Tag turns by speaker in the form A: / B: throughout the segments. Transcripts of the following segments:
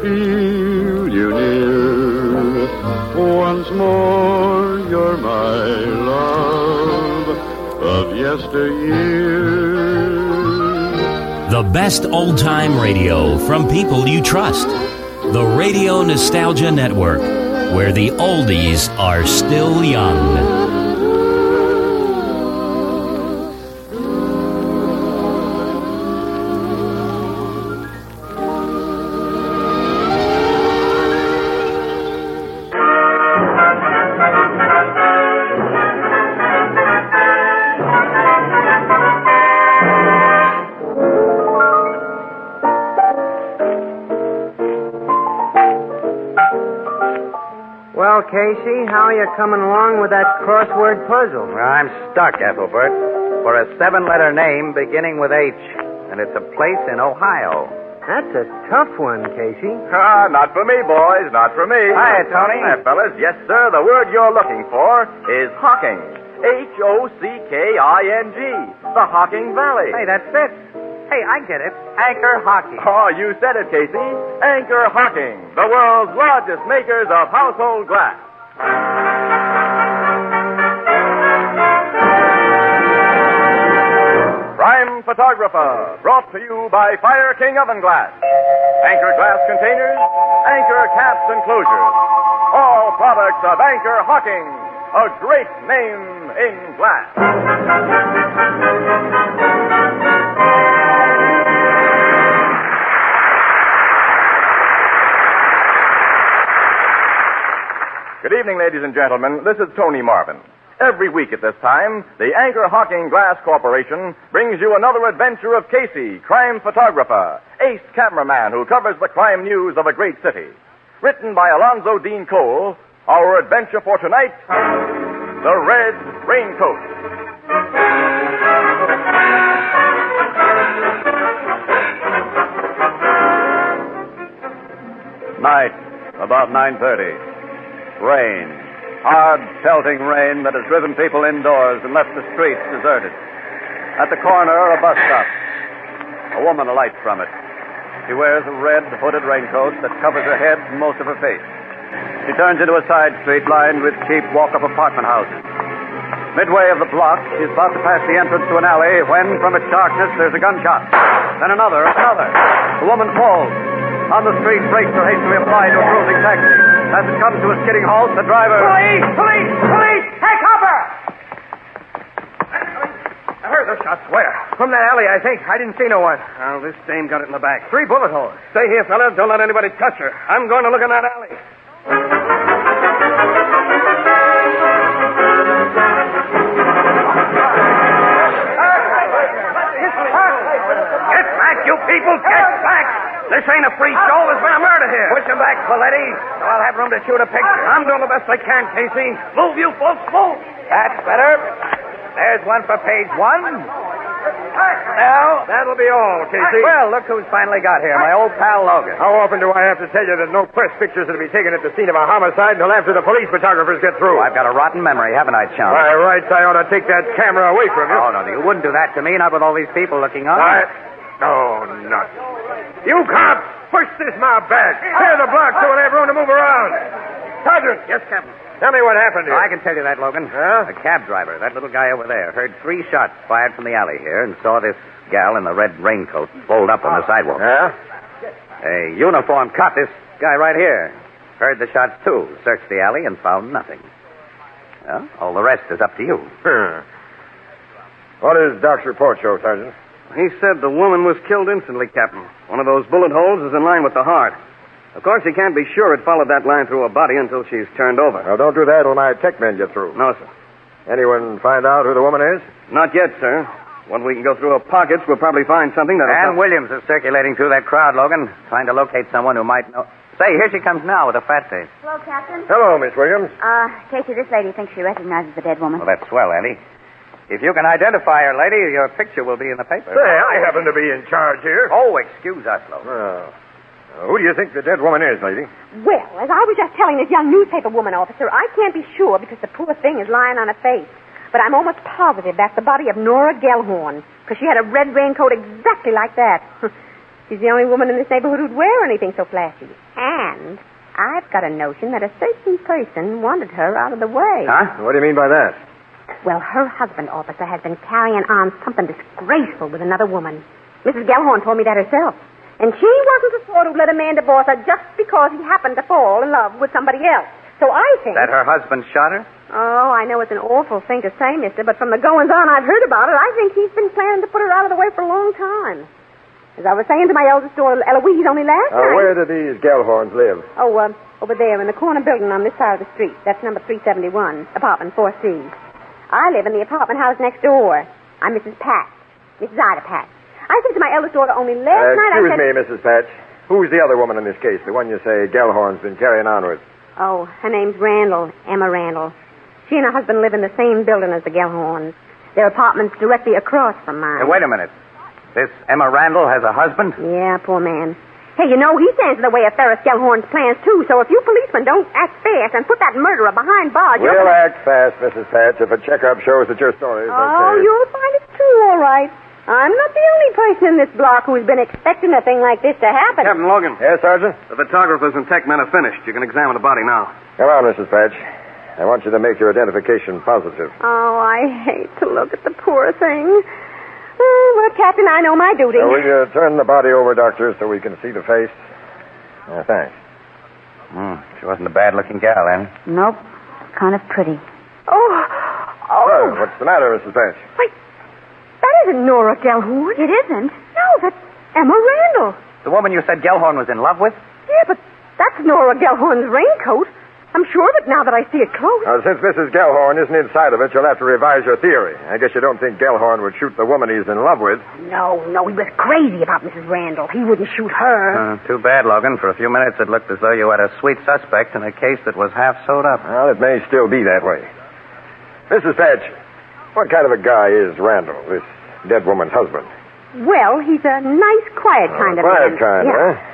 A: feel you near. Once more, you're my love of yesteryear.
B: The best old time radio from people you trust. The Radio Nostalgia Network, where the oldies are still young.
C: Well, Casey, how are you coming along with that crossword puzzle?
D: I'm stuck, Ethelbert, for a seven letter name beginning with H, and it's a place in Ohio.
C: That's a tough one, Casey.
E: Ah, not for me, boys, not for me.
D: Hi, Tony.
E: Hi, fellas. Yes, sir, the word you're looking for is Hawking. H O C K I N G. The Hawking Valley.
C: Hey, that fits. Hey, I get it. Anchor hockey.
E: Oh, you said it, Casey. Anchor Hawking, the world's largest makers of household glass. Prime Photographer, brought to you by Fire King Oven Glass. Anchor glass containers, anchor caps and closures. All products of Anchor Hawking, a great name in glass. Good evening, ladies and gentlemen. This is Tony Marvin. Every week at this time, the Anchor Hawking Glass Corporation brings you another adventure of Casey, crime photographer, ace cameraman who covers the crime news of a great city. Written by Alonzo Dean Cole, our adventure for tonight The Red Raincoat. Night, about 9.30. Rain. Hard, pelting rain that has driven people indoors and left the streets deserted. At the corner, a bus stop. A woman alights from it. She wears a red, hooded raincoat that covers her head and most of her face. She turns into a side street lined with cheap walk-up apartment houses. Midway of the block, she's about to pass the entrance to an alley when, from its darkness, there's a gunshot. Then another, another. The woman falls. On the street, brakes are hastily applied to a cruising taxi. As it comes to a skidding halt, the driver.
C: Police! Police! Police! Take cover! I heard those shots. Where? From that alley, I think. I didn't see no one. Oh, this dame got it in the back. Three bullet holes. Stay here, fellas. Don't let anybody touch her. I'm going to look in that alley. Get back, you people! Get back! This ain't a free show. There's been a murder here. Push him back, Paletti. So I'll have room to shoot a picture. I'm doing the best I can, Casey. Move, you folks, move! That's better. There's one for page one. Now, that'll be all, Casey.
D: Well, look who's finally got here, my old pal Logan.
C: How often do I have to tell you that no press pictures are to be taken at the scene of a homicide until after the police photographers get
D: Oh,
C: through?
D: I've got a rotten memory, haven't I, chum?
C: By rights, I ought to take that camera away from you.
D: Oh, no, you wouldn't do that to me, not with all these people looking on.
C: I... No, not. You cops, push this mob back. Clear the block so we'll have room to move around. Sergeant. Yes, Captain. Tell me what happened
D: Oh,
C: here.
D: I can tell you that, Logan.
C: Huh?
D: A cab driver, that little guy over there, heard three shots fired from the alley here and saw this gal in the red raincoat rolled up on the sidewalk.
C: Yeah?
D: A uniformed cop, this guy right here, heard the shots too, searched the alley and found nothing. Well, all the rest is up to you.
C: Hmm. What does Doc's report show, Sergeant?
F: He said the woman was killed instantly, Captain. One of those bullet holes is in line with the heart. Of course, he can't be sure it followed that line through her body until she's turned over.
C: Now, don't do that till my tech men get through.
F: No, sir.
C: Anyone find out who the woman is?
F: Not yet, sir. When we can go through her pockets, we'll probably find something
D: Ann
F: that'll.
D: Williams is circulating through that crowd, Logan, trying to locate someone who might know. Say, here she comes now with a fat face.
G: Hello, Captain.
C: Hello, Miss Williams.
G: Uh, Casey, this lady thinks she recognizes the dead woman.
D: Well, that's swell, Annie. If you can identify her, lady, your picture will be in the paper.
C: Say, I happen to be in charge here.
D: Oh, excuse us, Logan.
C: Well, uh, who do you think the dead woman is, lady?
H: Well, as I was just telling this young newspaper woman officer, I can't be sure because the poor thing is lying on her face. But I'm almost positive that's the body of Nora Gelhorn, because she had a red raincoat exactly like that. She's the only woman in this neighborhood who'd wear anything so flashy. And I've got a notion that a certain person wanted her out of the way.
F: Huh? What do you mean by that?
H: Well, her husband, officer, has been carrying on something disgraceful with another woman. Mrs. Gellhorn told me that herself. And she wasn't the sort who'd let a man divorce her just because he happened to fall in love with somebody else. So I think.
D: That her husband shot her?
H: Oh, I know it's an awful thing to say, mister, but from the goings on I've heard about it, I think he's been planning to put her out of the way for a long time. As I was saying to my eldest daughter, Eloise, only last
C: Now, Oh,
H: night.
C: Uh, where do these Gellhorns live?
H: Oh, uh, over there in the corner building on this side of the street. That's number 371, apartment 4C. I live in the apartment house next door. I'm Mrs. Pat, Mrs. Ida Pat. I said to my eldest daughter only last
C: Uh,
H: night,
C: excuse
H: I said...
C: me, Mrs. Patch. Who's the other woman in this case? The one you say Gellhorn's been carrying on with?
H: Oh, her name's Randall, Emma Randall. She and her husband live in the same building as the Gellhorns. Their apartment's directly across from mine.
D: Hey, wait a minute. This Emma Randall has a husband?
H: Yeah, poor man. Hey, you know, he stands in the way of Ferris Gellhorn's plans, too, so if you policemen don't act fast and put that murderer behind bars,
C: We'll
H: you're...
C: act fast, Mrs. Patch, if a checkup shows that your story is
H: Oh,
C: okay.
H: you'll find it's true, all right. I'm not the only person in this block who's been expecting a thing like this to happen.
F: Captain Logan,
C: Yes, Sergeant?
F: the photographers and tech men are finished. You can examine the body now.
C: Come on, Mrs. Patch. I want you to make your identification positive.
H: Oh, I hate to look at the poor thing. Oh, well, Captain, I know my duty.
C: So will you turn the body over, Doctor, so we can see the face? Uh, thanks.
D: Hmm. She wasn't a bad looking gal, then.
G: Nope. Kind of pretty.
H: Oh, oh,
C: Well, Uh, what's the matter, Mrs. Patch?
H: wait. That isn't Nora Gellhorn.
G: It isn't.
H: No, that's Emma Randall.
D: The woman you said Gellhorn was in love with?
H: Yeah, but that's Nora Gellhorn's raincoat. I'm sure of it now that I see it close.
C: Now, Uh, since Mrs. Gellhorn isn't inside of it, you'll have to revise your theory. I guess you don't think Gellhorn would shoot the woman he's in love with.
H: No, no, he was crazy about Mrs. Randall. He wouldn't shoot her.
D: Uh, too bad, Logan. For a few minutes, it looked as though you had a sweet suspect in a case that was half sewed up.
C: Well, it may still be that way. Mrs. Patch, what kind of a guy is Randall, this dead woman's husband?
H: Well, he's a nice, quiet kind of
C: Quiet
H: man.
C: kind,
H: yeah.
C: huh?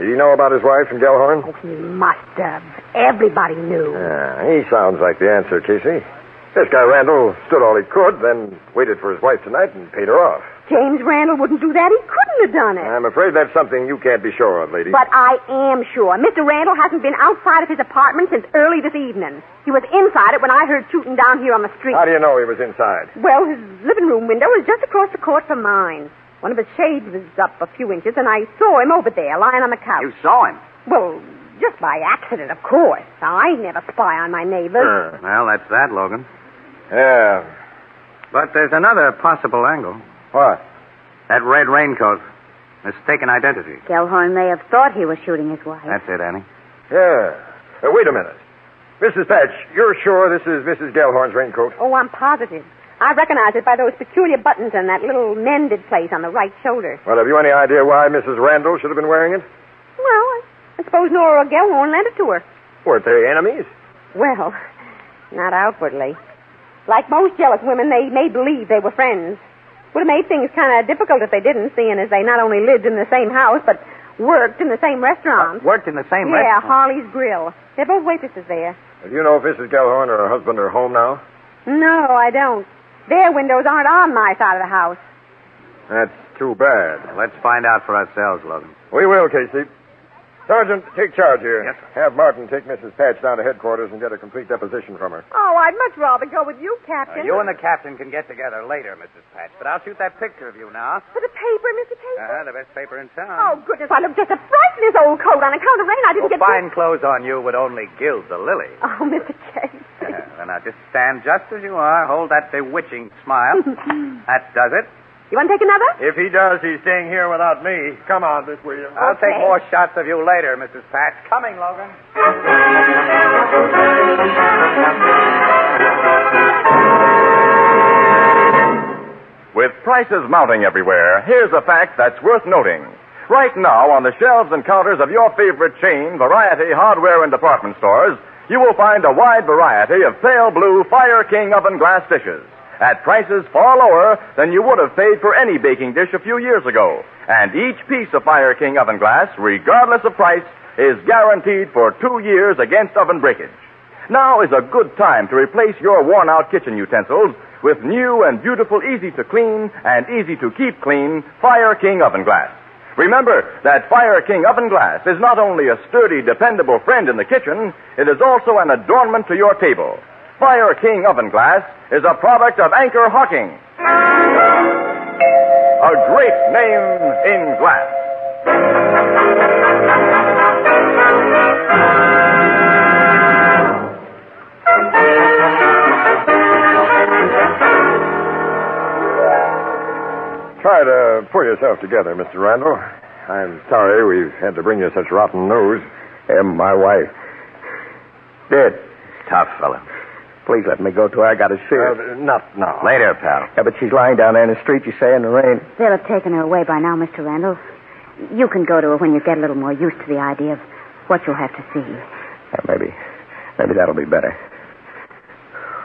C: Did he know about his wife and Gellhorn?
H: He must have. Everybody knew.
C: Yeah, he sounds like the answer, Casey. This guy Randall stood all he could, then waited for his wife tonight and paid her off.
H: James Randall wouldn't do that. He couldn't have done it.
C: I'm afraid that's something you can't be sure of, lady.
H: But I am sure. Mr. Randall hasn't been outside of his apartment since early this evening. He was inside it when I heard shooting down here on the street.
C: How do you know he was inside?
H: Well, his living room window was just across the court from mine. One of his shades was up a few inches, and I saw him over there, lying on the couch.
D: You saw him.
H: Well, just by accident, of course. I never spy on my neighbors.
C: Uh,
D: Well, that's that, Logan.
C: yeah.
D: But there's another possible angle.
C: What?
D: That red raincoat. Mistaken identity.
G: Gellhorn may have thought he was shooting his wife.
D: That's it, Annie.
C: Yeah. Uh, wait a minute. Mrs. Patch, you're sure this is Mrs. Gellhorn's raincoat?
H: Oh, I'm positive. I recognize it by those peculiar buttons and that little mended place on the right shoulder.
C: Well, have you any idea why Mrs. Randall should have been wearing it?
H: Well, I, I suppose Nora Gellhorn lent it to her.
C: Weren't they enemies?
H: Well, not outwardly. Like most jealous women, they made believe they were friends. Would have made things kind of difficult if they didn't, seeing as they not only lived in the same house, but worked in the same Uh, restaurant.
D: Worked in the same
H: yeah,
D: restaurant.
H: Harley's Grill. They're both waitresses there.
C: Do you know if Mrs. Gellhorn or her husband are home now?
H: No, I don't. Their windows aren't on my side of the house.
C: That's too bad.
D: Let's find out for ourselves, Logan.
C: We will, Casey. Sergeant, take charge here.
D: Yes,
C: sir. Have Martin take Mrs. Patch down to headquarters and get a complete deposition from her.
H: Oh, I'd much rather go with you,
D: Uh,
H: Captain.
D: you and the captain can get together later, Mrs. Patch. But I'll shoot that picture of you now.
H: For the paper, Mr. Taylor?
D: Uh-huh, the best paper in town.
H: Oh, goodness, I look just a fright in this old coat on account of rain. I didn't
D: Well,
H: get...
D: fine clothes on you would only gild the lily.
H: Oh, Mr. Casey.
D: Well, now just stand just as you are. Hold that bewitching smile. that does it.
H: You want to take another?
C: If he does, he's staying here without me. Come on, Miss Williams.
D: I'll
H: Okay.
D: take more shots of you later, Mrs. Patch. Coming, Logan.
I: With prices mounting everywhere, here's a fact that's worth noting. Right now, on the shelves and counters of your favorite chain, variety, hardware, and department stores, you will find a wide variety of pale blue Fire King oven glass dishes at prices far lower than you would have paid for any baking dish a few years ago. And each piece of Fire King oven glass, regardless of price, is guaranteed for two years against oven breakage. Now is a good time to replace your worn out kitchen utensils with new and beautiful, easy to clean and easy to keep clean Fire King oven glass.
J: Remember that Fire King oven glass is not only a sturdy, dependable friend in the kitchen, it is also an adornment to your table. Fire King oven glass is a product of Anchor Hawking. A great name in glass.
C: Try to pull yourself together, Mr. Randall. I'm sorry we've had to bring you such rotten news. And my wife. Dead.
E: Tough fella. Please let me go to her. I gotta see
C: Uh,
E: her.
C: not now.
E: Later, pal.
K: Yeah, but she's lying down there in the street, you say, in the rain.
G: They'll have taken her away by now, Mr. Randall. You can go to her when you get a little more used to the idea of what you'll have to see.
K: Yeah, maybe. Maybe that'll be better.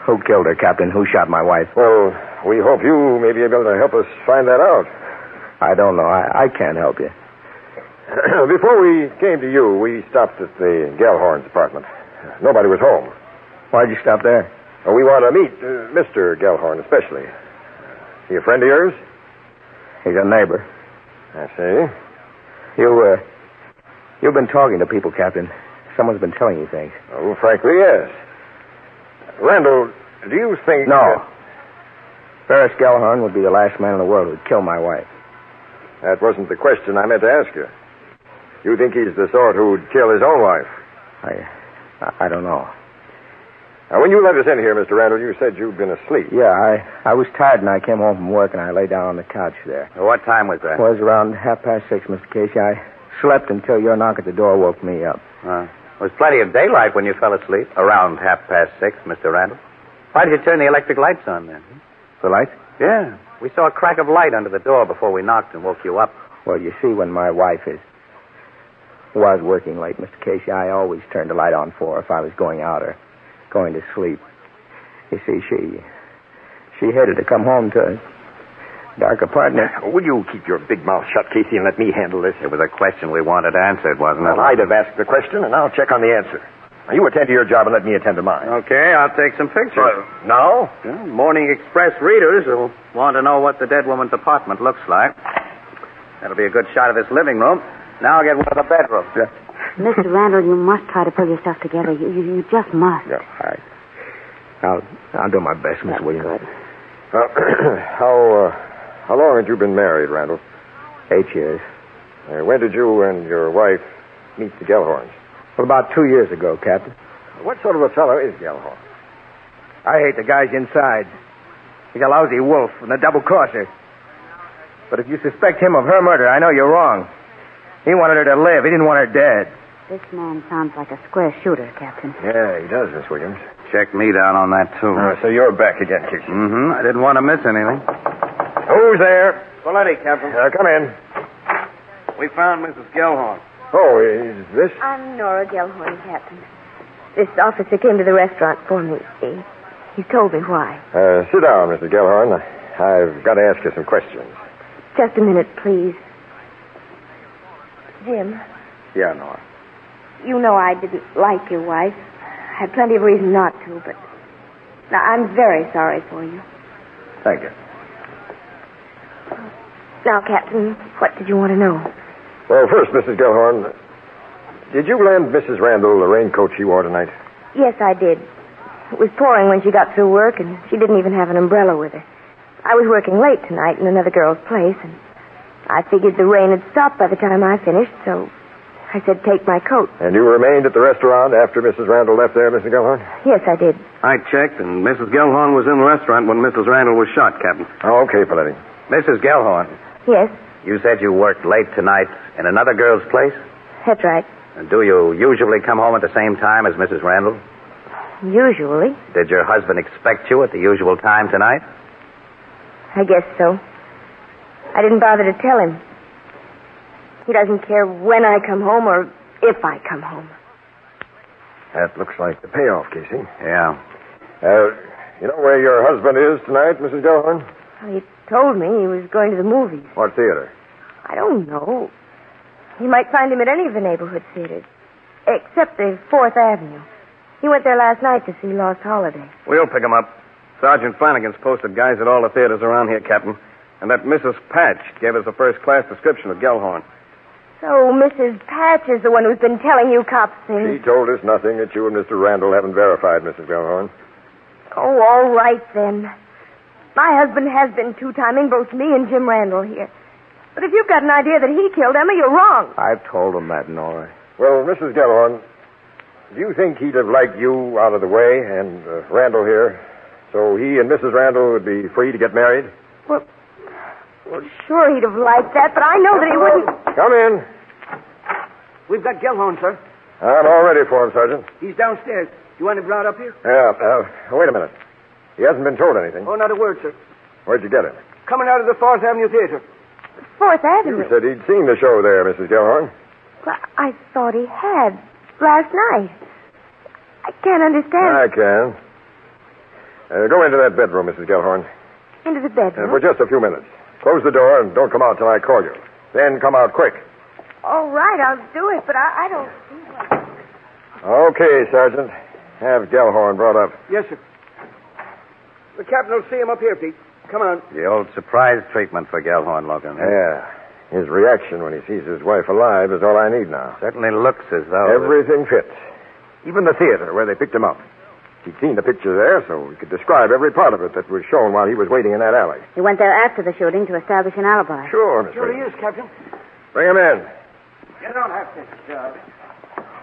K: Who killed her, Captain? Who shot my wife?
C: Well, we hope you may be able to help us find that out.
K: I don't know. I, I can't help you.
C: Before we came to you, we stopped at the Gellhorn's apartment. Nobody was home.
K: Why'd you stop there?
C: Well, we want to meet uh, Mr. Gellhorn, especially. He a friend of yours?
K: He's a neighbor.
C: I see.
K: You, uh, you've been talking to people, Captain. Someone's been telling you things.
C: Oh, frankly, yes. Randall, do you think.
K: No.
C: that-
K: Ferris Gellhorn would be the last man in the world who'd kill my wife.
C: That wasn't the question I meant to ask you. You think he's the sort who'd kill his own wife.
K: I, I, I don't know.
C: Now, when you let us in here, Mr. Randall, you said you'd been asleep.
K: Yeah, I, I was tired and I came home from work and I lay down on the couch there.
E: What time was that?
K: It was around half past six, Mr. Casey. I slept until your knock at the door woke me up.
E: Uh, there was plenty of daylight when you fell asleep. Around half past six, Mr. Randall. Why did you turn the electric lights on then?
K: The light?
E: Yeah. We saw a crack of light under the door before we knocked and woke you up.
K: Well, you see, when my wife is was working late, Mr. Casey, I always turned the light on for her if I was going out or going to sleep. You see, she she hated to come home to a dark apartment.
C: Will you keep your big mouth shut, Casey, and let me handle this?
E: It was a question we wanted answered, wasn't it?
C: Well, I'd have asked the question, and I'll check on the answer. Now, you attend to your job and let me attend to mine.
E: Okay, I'll take some pictures.
C: Well, now?
E: Yeah, Morning Express readers will want to know what the dead woman's apartment looks like. That'll be a good shot of this living room. Now I'll get one of the bedrooms.
G: Mr. Randall, you must try to pull yourself together. You, you, you just must.
K: Yeah, all right. I'll I'll do my best, Miss Williams.
C: Uh, how, uh, how long had you been married, Randall?
K: Eight years.
C: Uh, when did you and your wife meet the Gellhorns?
K: Well, about two years ago, Captain.
C: What sort of a fellow is Gellhorn?
K: I hate the guys inside. He's a lousy wolf and a double crosser. But if you suspect him of her murder, I know you're wrong. He wanted her to live. He didn't want her dead.
G: This man sounds like a square shooter, Captain.
C: Yeah, he does, Miss Williams. Uh,
E: Check me down on that, too.
C: so you're back again, Casey.
E: Mm-hmm. I didn't want to miss anything.
C: Who's there?
L: Folletti, Captain.
C: Uh, come in.
L: We found Mrs. Gellhorn.
C: Oh, is this?
H: I'm Nora Gellhorn, Captain. This officer came to the restaurant for me. He, he told me why.
C: Uh, sit down, Mr. Gellhorn. I've got to ask you some questions.
H: Just a minute, please. Jim,
C: Yeah, Nora.
H: you know I didn't like your wife. I had plenty of reason not to, but now I'm very sorry for you.
C: Thank you.
H: Now, Captain, what did you want to know?
C: Well, first, Mrs. Gellhorn, did you lend Mrs. Randall the raincoat she wore tonight?
H: Yes, I did. It was pouring when she got through work, and she didn't even have an umbrella with her. I was working late tonight in another girl's place, and I figured the rain had stopped by the time I finished, so I said, take my coat.
C: And you remained at the restaurant after Mrs. Randall left there, Mr. Gellhorn?
H: Yes, I did.
L: I checked, and Mrs. Gellhorn was in the restaurant when Mrs. Randall was shot, Captain.
C: Oh, okay, Paletti.
E: Mrs. Gellhorn,
H: Yes,
E: you said you worked late tonight in another girl's place.
H: that's right.
E: And do you usually come home at the same time as Mrs. Randall?
H: Usually.
E: Did your husband expect you at the usual time tonight?
H: I guess so. I didn't bother to tell him. He doesn't care when I come home or if I come home.
C: That looks like the payoff, Casey.
E: Yeah.
C: Uh, you know where your husband is tonight, Mrs. Gellhorn?
H: He told me he was going to the movies.
C: What theater?
H: I don't know. You might find him at any of the neighborhood theaters, except the Fourth Avenue. He went there last night to see Lost Holiday.
L: We'll pick him up. Sergeant Flanagan's posted guys at all the theaters around here, Captain. And that Mrs. Patch gave us a first class description of Gellhorn.
H: So Mrs. Patch is the one who's been telling you cops
C: She
H: things.
C: told us nothing that you and Mr. Randall haven't verified, Mrs. Gellhorn.
H: Oh, all right then. My husband has been two-timing both me and Jim Randall here. But if you've got an idea that he killed Emma, you're wrong.
M: I've told him that, Nora.
C: Well, Mrs. Gellhorn, do you think he'd have liked you out of the way and uh, Randall here so he and Mrs. Randall would be free to get married?
H: Well, well, sure he'd have liked that, but I know that he wouldn't.
C: Come in.
N: We've got Gellhorn, sir.
C: I'm all ready for him, Sergeant.
N: He's downstairs. You want him brought up here?
C: Yeah, uh, wait a minute. He hasn't been told anything.
N: Oh, not a word, sir.
C: Where'd you get him?
N: Coming out of the Fourth Avenue Theater.
H: Fourth
C: You
H: Avenue.
C: said he'd seen the show there, Mrs. Gellhorn.
H: Well, I thought he had last night. I can't understand.
C: I can. Uh, go into that bedroom, Mrs. Gellhorn,
H: Into the
C: uh,
H: bedroom.
C: for just a few minutes. Close the door and don't come out till I call you. Then come out quick.
H: All right, I'll do it, but I, I don't.
C: Okay, Sergeant. Have Gellhorn brought up.
N: Yes, sir. The captain will see him up here, Pete. Come on.
E: The old surprise treatment for Gellhorn, Logan.
C: Yeah. His reaction when he sees his wife alive is all I need now.
E: Certainly looks as
N: Oh,
E: though.
C: Everything fits. Even the theater where they picked him up. He'd seen the picture there, so he could describe every part of it that was shown while he was waiting in that alley.
G: He went there after the shooting to establish an alibi.
C: Sure, Miss
N: Sure he
C: Reed.
N: is, Captain.
C: Bring him in.
N: You don't have to, sir.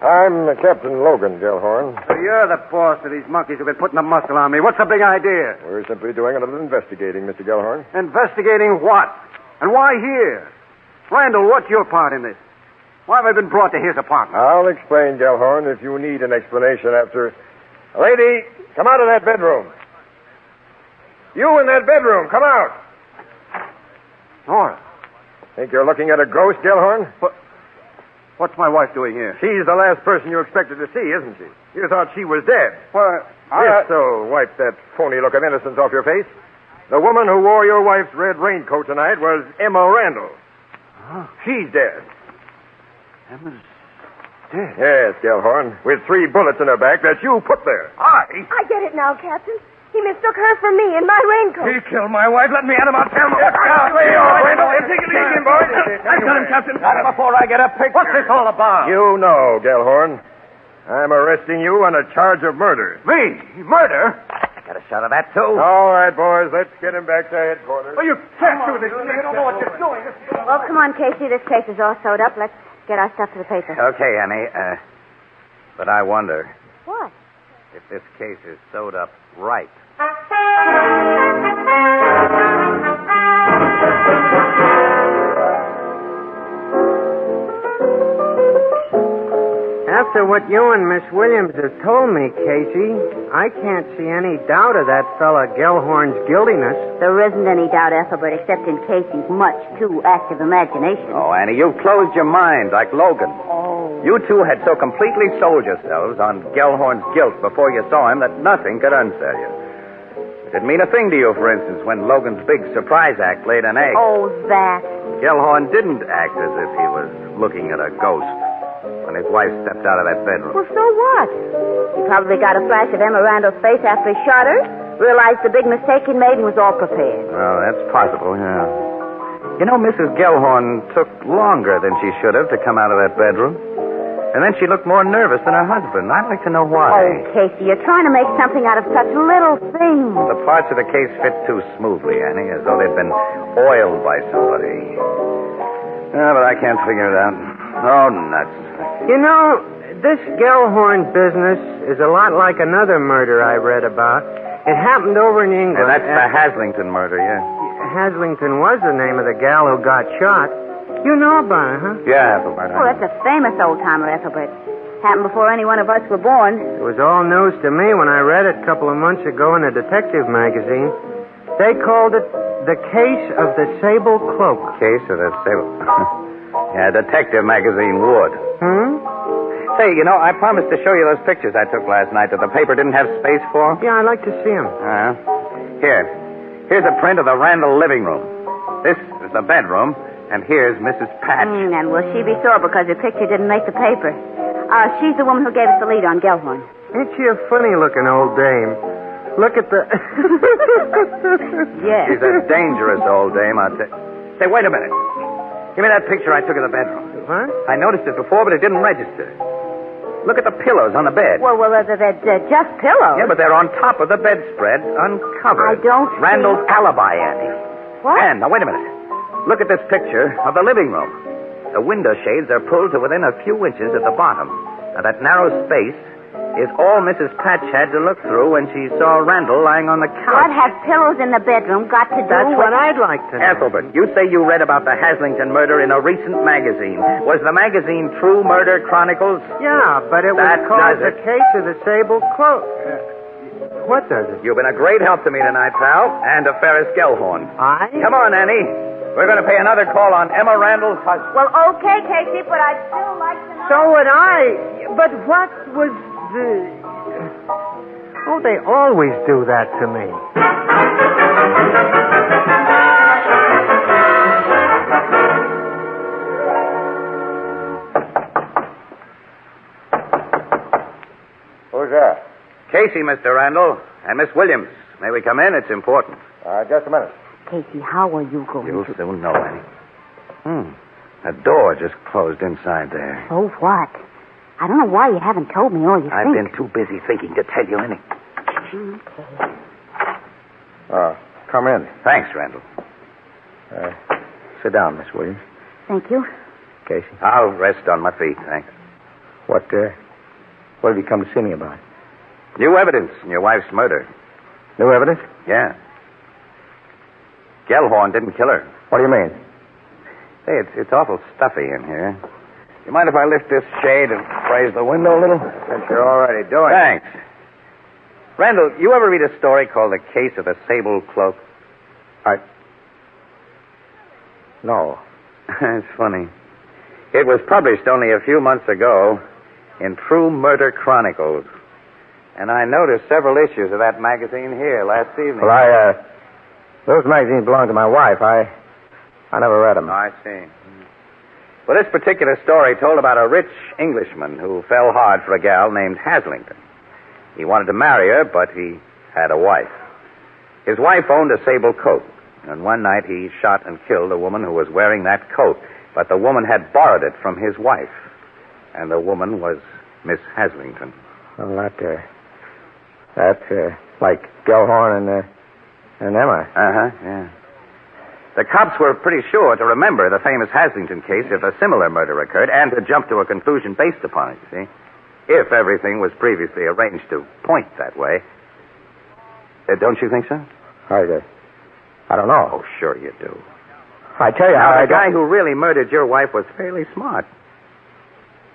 C: I'm uh, Captain Logan, Gellhorn.
E: So you're the boss of these monkeys who've been putting a muscle on me. What's the big idea?
C: We're simply doing a little investigating, Mr. Gellhorn.
N: Investigating what? And why here? Randall, what's your part in this? Why have I been brought to his apartment?
C: I'll explain, Gellhorn, if you need an explanation after. Lady, come out of that bedroom. You in that bedroom, come out.
N: Nora,
C: Think you're looking at a ghost, Gellhorn?
N: what's my wife doing here?
C: She's the last person you expected to see, isn't she? You thought she was dead.
N: Well,
C: Yes, so wipe that phony look of innocence off your face. The woman who wore your wife's red raincoat tonight was Emma Randall. She's dead.
N: Emma's dead.
C: Yes, Gellhorn, with three bullets in her back that you put there.
N: I?
H: I get it now, Captain. He mistook her for me in my raincoat.
N: He killed my wife. Let me at him. I'll tell him.
C: Take him, boys.
N: I've got him, Captain. Not before I get a picture. What's this all about?
C: You know, Gellhorn. I'm arresting you on a charge of murder.
N: Me? Murder?
E: Got a shot of that, too.
C: All right, boys, let's get him back to headquarters.
N: Well, you can't do this. You don't know what you're doing.
G: Well, come on, Casey. This case is all sewed up. Let's get our stuff to the paper.
N: Oh.
E: Okay, honey. Uh, but I wonder
G: What?
E: if this case is sewed up right.
K: After what you and Miss Williams have told me, Casey, I can't see any doubt of that fella Gellhorn's guiltiness.
G: There isn't any doubt, Ethelbert, except in Casey's much too active imagination.
E: Oh, Annie, you've closed your mind like Logan.
G: Oh.
E: You two had so completely sold yourselves on Gellhorn's guilt before you saw him that nothing could unsell you. It didn't mean a thing to you, for instance, when Logan's big surprise act laid an egg.
G: Oh, that.
E: Gellhorn didn't act as if he was looking at a ghost when his wife stepped out of that bedroom.
G: Well, so what? He probably got a flash of Emma Randall's face after he shot her, realized the big mistake he'd made, and was all prepared.
E: Well, that's possible, yeah. You know, Mrs. Gellhorn took longer than she should have to come out of that bedroom. And then she looked more nervous than her husband. I'd like to know
G: Oh,
E: why.
G: Casey, you're trying to make something out of such little things.
E: The parts of the case fit too smoothly, Annie, as though they'd been oiled by somebody. Yeah, but I can't figure it out. Oh, nuts.
K: You know, this Gellhorn business is a lot like another murder I read about. It happened over in England.
E: And that's the Haslington murder, yeah.
K: Haslington was the name of the gal who got shot. You know about her, huh?
E: Yeah, Ethelbert.
G: Oh, that's a famous old timer, Ethelbert. Happened before any one of us were born.
K: It was all news to me when I read it a couple of months ago in a detective magazine. They called it the case of the sable cloak.
E: Case of the sable. yeah, Detective Magazine would.
K: Hmm?
E: Say, you know, I promised to show you those pictures I took last night that the paper didn't have space for.
K: Yeah, I'd like to see him.
E: Uh, here. Here's a print of the Randall living room. This is the bedroom, and here's Mrs. Patch.
G: Mm, and will she be sore because her picture didn't make the paper? Uh, she's the woman who gave us the lead on Gellhorn.
K: Ain't she a funny looking old dame? Look at the.
G: yes.
E: She's a dangerous old dame, I'll tell Say, wait a minute. Give me that picture I took of the bedroom.
K: Huh?
E: I noticed it before, but it didn't register. Look at the pillows on the bed.
G: Oh,
O: Well, well,
G: uh,
O: they're, they're, they're just pillows.
E: Yeah, but they're on top of the bedspread,
O: I
E: uncovered.
O: don't
E: Randall's
O: see-
E: alibi, Annie.
O: What?
E: Ann, now wait a minute. Look at this picture of the living room. The window shades are pulled to within a few inches at the bottom. Now that narrow space is all Mrs. Patch had to look through when she saw Randall lying on the
O: What
E: couch.
O: has pillows in the bedroom got to do
E: That's
O: with...
E: what I'd
K: like
E: Ethelbert, you say you read about the Haslington murder in a recent magazine. Was the magazine True Murder Chronicles?
K: Yeah, but it
E: That
K: was called
E: does
K: the
E: it.
K: case of the sable cloak. Uh, what does it?
E: You've been a great help to me tonight, pal, and to Ferris Gellhorn.
K: I?
E: Come on, Annie. We're going to pay another call on Emma Randall's husband.
O: Well, okay, Casey, but I'd still like to know...
K: So would I. But what was the. Oh, they always do that to me.
C: Who's that?
E: Casey, Mr. Randall, and Miss Williams. May we come in? It's important.
C: Uh, just a minute.
G: Casey, how are you going
E: You'll
G: to...
E: soon know, Annie. Hmm. A door just closed inside there.
G: So what? I don't know why you haven't told me all you
E: I've been
G: think.
E: too busy thinking to tell you anything.
C: Uh, come in.
E: Thanks, Randall.
C: Uh, sit down, Miss Williams.
G: Thank you.
P: Casey,
E: I'll rest on my feet, thanks.
P: what, uh, what have you come to see me about?
E: New evidence in your wife's murder.
P: New evidence?
E: Yeah. Gellhorn didn't kill her.
P: What do you mean?
E: Hey, it's, it's awful stuffy in here. You mind if I lift this shade and raise the window a little?
C: Since you're already doing
E: Thanks. Randall, you ever read a story called The Case of the Sable Cloak?
P: I. No.
E: it's funny. It was published only a few months ago in True Murder Chronicles. And I noticed several issues of that magazine here last evening.
P: Well, I, uh, those magazines belong to my wife. I, I never read them.
E: Oh, I see. Well, this particular story told about a rich Englishman who fell hard for a gal named Haslington. He wanted to marry her, but he had a wife. His wife owned a sable coat, and one night he shot and killed a woman who was wearing that coat, but the woman had borrowed it from his wife, and the woman was Miss Haslington.
P: Well, that, uh, that, uh, like Gellhorn and, uh, and Emma.
E: Uh huh, yeah. The cops were pretty sure to remember the famous Haslington case if a similar murder occurred and to jump to a conclusion based upon it, you see? If everything was previously arranged to point that way. Uh, don't you think so?
P: I, uh, I don't know.
E: Oh, sure you do.
P: I tell you how
E: now,
P: I
E: the Uh, guy
P: don't-
E: who really murdered your wife was fairly smart.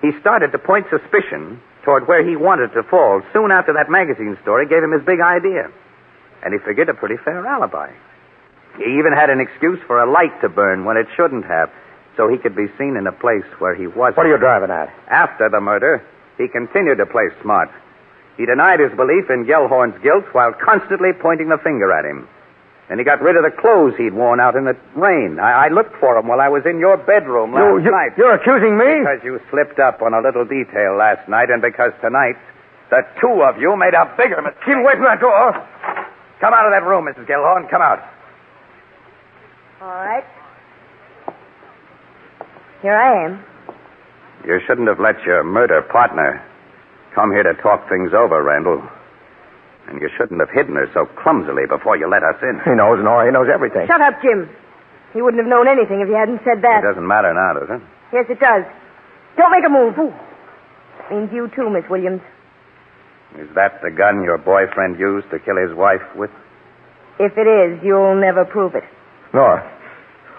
E: He started to point suspicion toward where he wanted to fall soon after that magazine story gave him his big idea. And he figured a pretty fair alibi. He even had an excuse for a light to burn when it shouldn't have, so he could be seen in a place where he wasn't.
P: What are you driving at?
E: After the murder, he continued to play smart. He denied his belief in Gellhorn's guilt while constantly pointing the finger at him. And he got rid of the clothes he'd worn out in the rain. I, I looked for him while I was in your bedroom last
P: you,
E: night.
P: You're accusing me?
E: Because you slipped up on a little detail last night, and because tonight the two of you made a bigger mistake. Keep away from that door. Come out of that room, Mrs. Gellhorn. Come out.
O: All right. Here I am.
E: You shouldn't have let your murder partner come here to talk things over, Randall. And you shouldn't have hidden her so clumsily before you let us in.
P: He knows, Nora. He knows everything.
O: Shut up, Jim. He wouldn't have known anything if you hadn't said
E: It
O: that.
E: doesn't matter now, does it?
O: Yes, it does. Don't make a move. Ooh. That means you too, Miss Williams.
E: Is that the gun your boyfriend used to kill his wife with?
O: If it is, you'll never prove it.
P: Nora,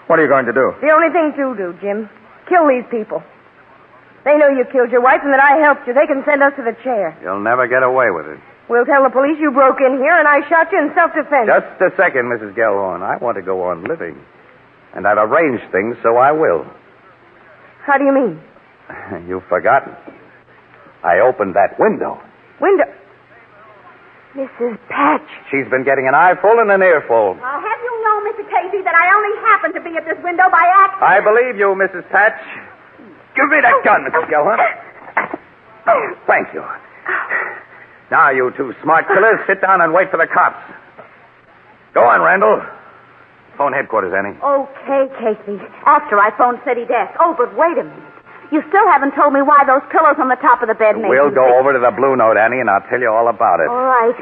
P: what are you going to do?
O: The only thing to do, Jim, kill these people. They know you killed your wife and that I helped you. They can send us to the chair.
E: You'll never get away with it.
O: We'll tell the police you broke in here and I shot you in self-defense.
E: Just a second, Mrs. Gellhorn. I want to go on living. And I've arranged things, so I will.
O: How do you mean?
E: You've forgotten. I opened that window.
O: Window. Mrs. Patch.
E: She's been getting an eyeful and an earful.
H: I'll have you know, Mr. Casey, that I only happened to be at this window by accident.
E: I believe you, Mrs. Patch. Give me that gun, Mrs. Gellhorn. Thank you. Now, you two smart killers, sit down and wait for the cops. Go on, Randall.
Q: Phone headquarters, Annie.
R: Okay, Casey. After I phone City Desk. Oh, but wait a minute. You still haven't told me why those pillows on the top of the bed made
Q: We'll
R: me
Q: go
R: sick.
Q: over to the Blue Note, Annie, and I'll tell you all about it.
R: All right.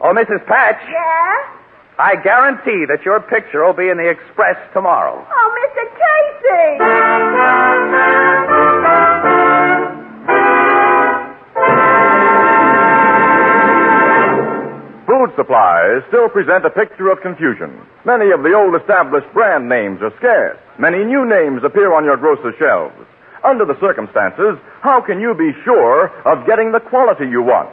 Q: Oh, Mrs. Patch,
S: Yeah?
Q: I guarantee that your picture will be in the Express tomorrow.
S: Oh, Mr. Casey!
E: Food supplies still present a picture of confusion. Many of the old established brand names are scarce. Many new names appear on your grocer's shelves. Under the circumstances, how can you be sure of getting the quality you want?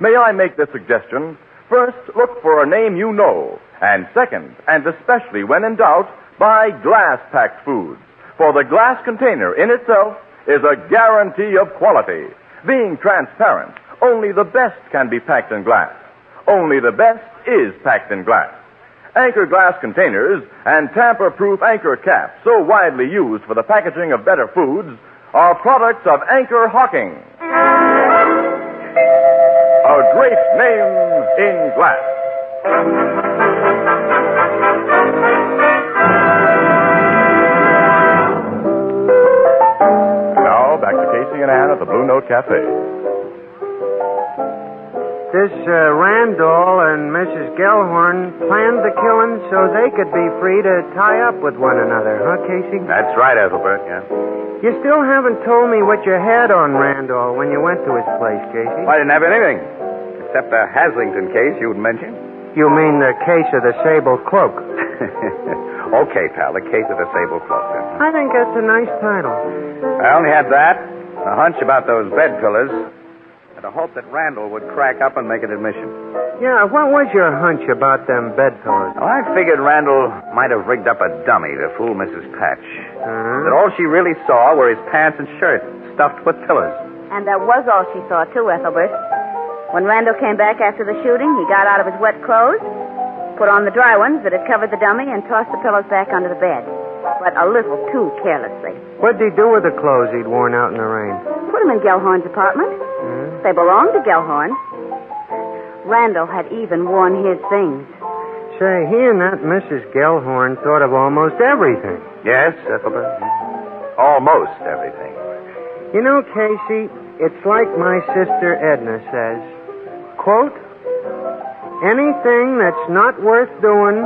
E: May I make this suggestion? First, look for a name you know. And second, and especially when in doubt, buy glass packed foods. For the glass container in itself is a guarantee of quality. Being transparent, only the best can be packed in glass. Only the best is packed in glass. Anchor glass containers and tamper proof anchor caps, so widely used for the packaging of better foods, are products of Anchor Hawking. A great name in glass. Now, back to Casey and Ann at the Blue Note Cafe.
K: This uh, Randall and Mrs. Gellhorn planned the killing so they could be free to tie up with one another, huh, Casey?
Q: That's right, Ethelbert, yeah.
K: You still haven't told me what you had on Randall when you went to his place, Casey.
Q: I didn't have anything, except the Haslington case you'd mentioned.
K: You mean the case of the sable cloak?
Q: okay, pal, the case of the sable cloak. Then.
K: I think that's a nice title.
Q: I only had that, a hunch about those bed pillows, and a hope that Randall would crack up and make an admission.
K: Yeah, what was your hunch about them bedfellows?
Q: Well, I figured Randall might have rigged up a dummy to fool Mrs. Patch.
K: Uh-huh.
Q: That all she really saw were his pants and shirt stuffed with pillows.
H: And that was all she saw, too, Ethelbert. When Randall came back after the shooting, he got out of his wet clothes, put on the dry ones that had covered the dummy, and tossed the pillows back under the bed. But a little too carelessly.
K: What'd he do with the clothes he'd worn out in the rain?
H: Put them in Gelhorn's apartment. They belonged to Gelhorn. Randall had even worn his things.
K: Say, he and that Mrs. Gellhorn thought of almost everything.
Q: Yes, Ethelbert. Almost everything.
K: You know, Casey, it's like my sister Edna says, quote, anything that's not worth doing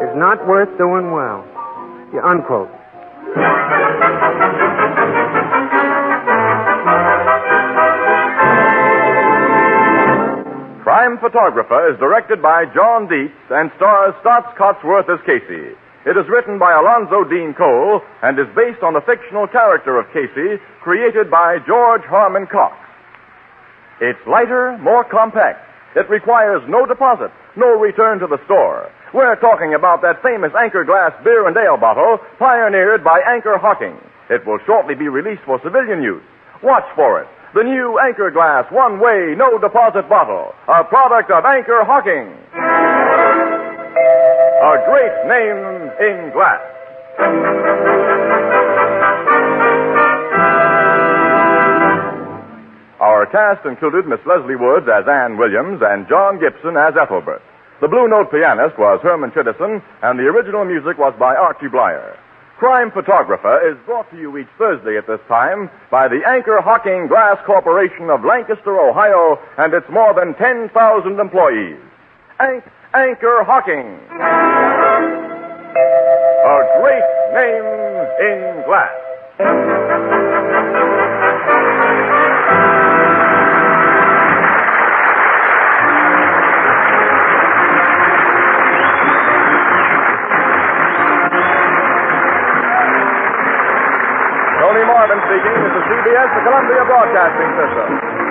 K: is not worth doing well, yeah, unquote.
E: Prime Photographer is directed by John Dietz and stars Stotts Cotsworth as Casey. It is written by Alonzo Dean Cole and is based on the fictional character of Casey created by George Harmon Cox. It's lighter, more compact. It requires no deposit, no return to the store. We're talking about that famous Anchor Glass beer and ale bottle pioneered by Anchor Hawking. It will shortly be released for civilian use. Watch for it. The new Anchor Glass one way, no deposit bottle. A product of Anchor Hawking. A great name in glass. Our cast included Miss Leslie Woods as Ann Williams and John Gibson as Ethelbert. The Blue Note pianist was Herman Chittison, and the original music was by Archie Blyer. Crime Photographer is brought to you each Thursday at this time by the Anchor Hawking Glass Corporation of Lancaster, Ohio, and its more than 10,000 employees. Anch- Anchor Hawking. A great name in glass. Tony Marvin speaking. This is CBS, the Columbia Broadcasting System.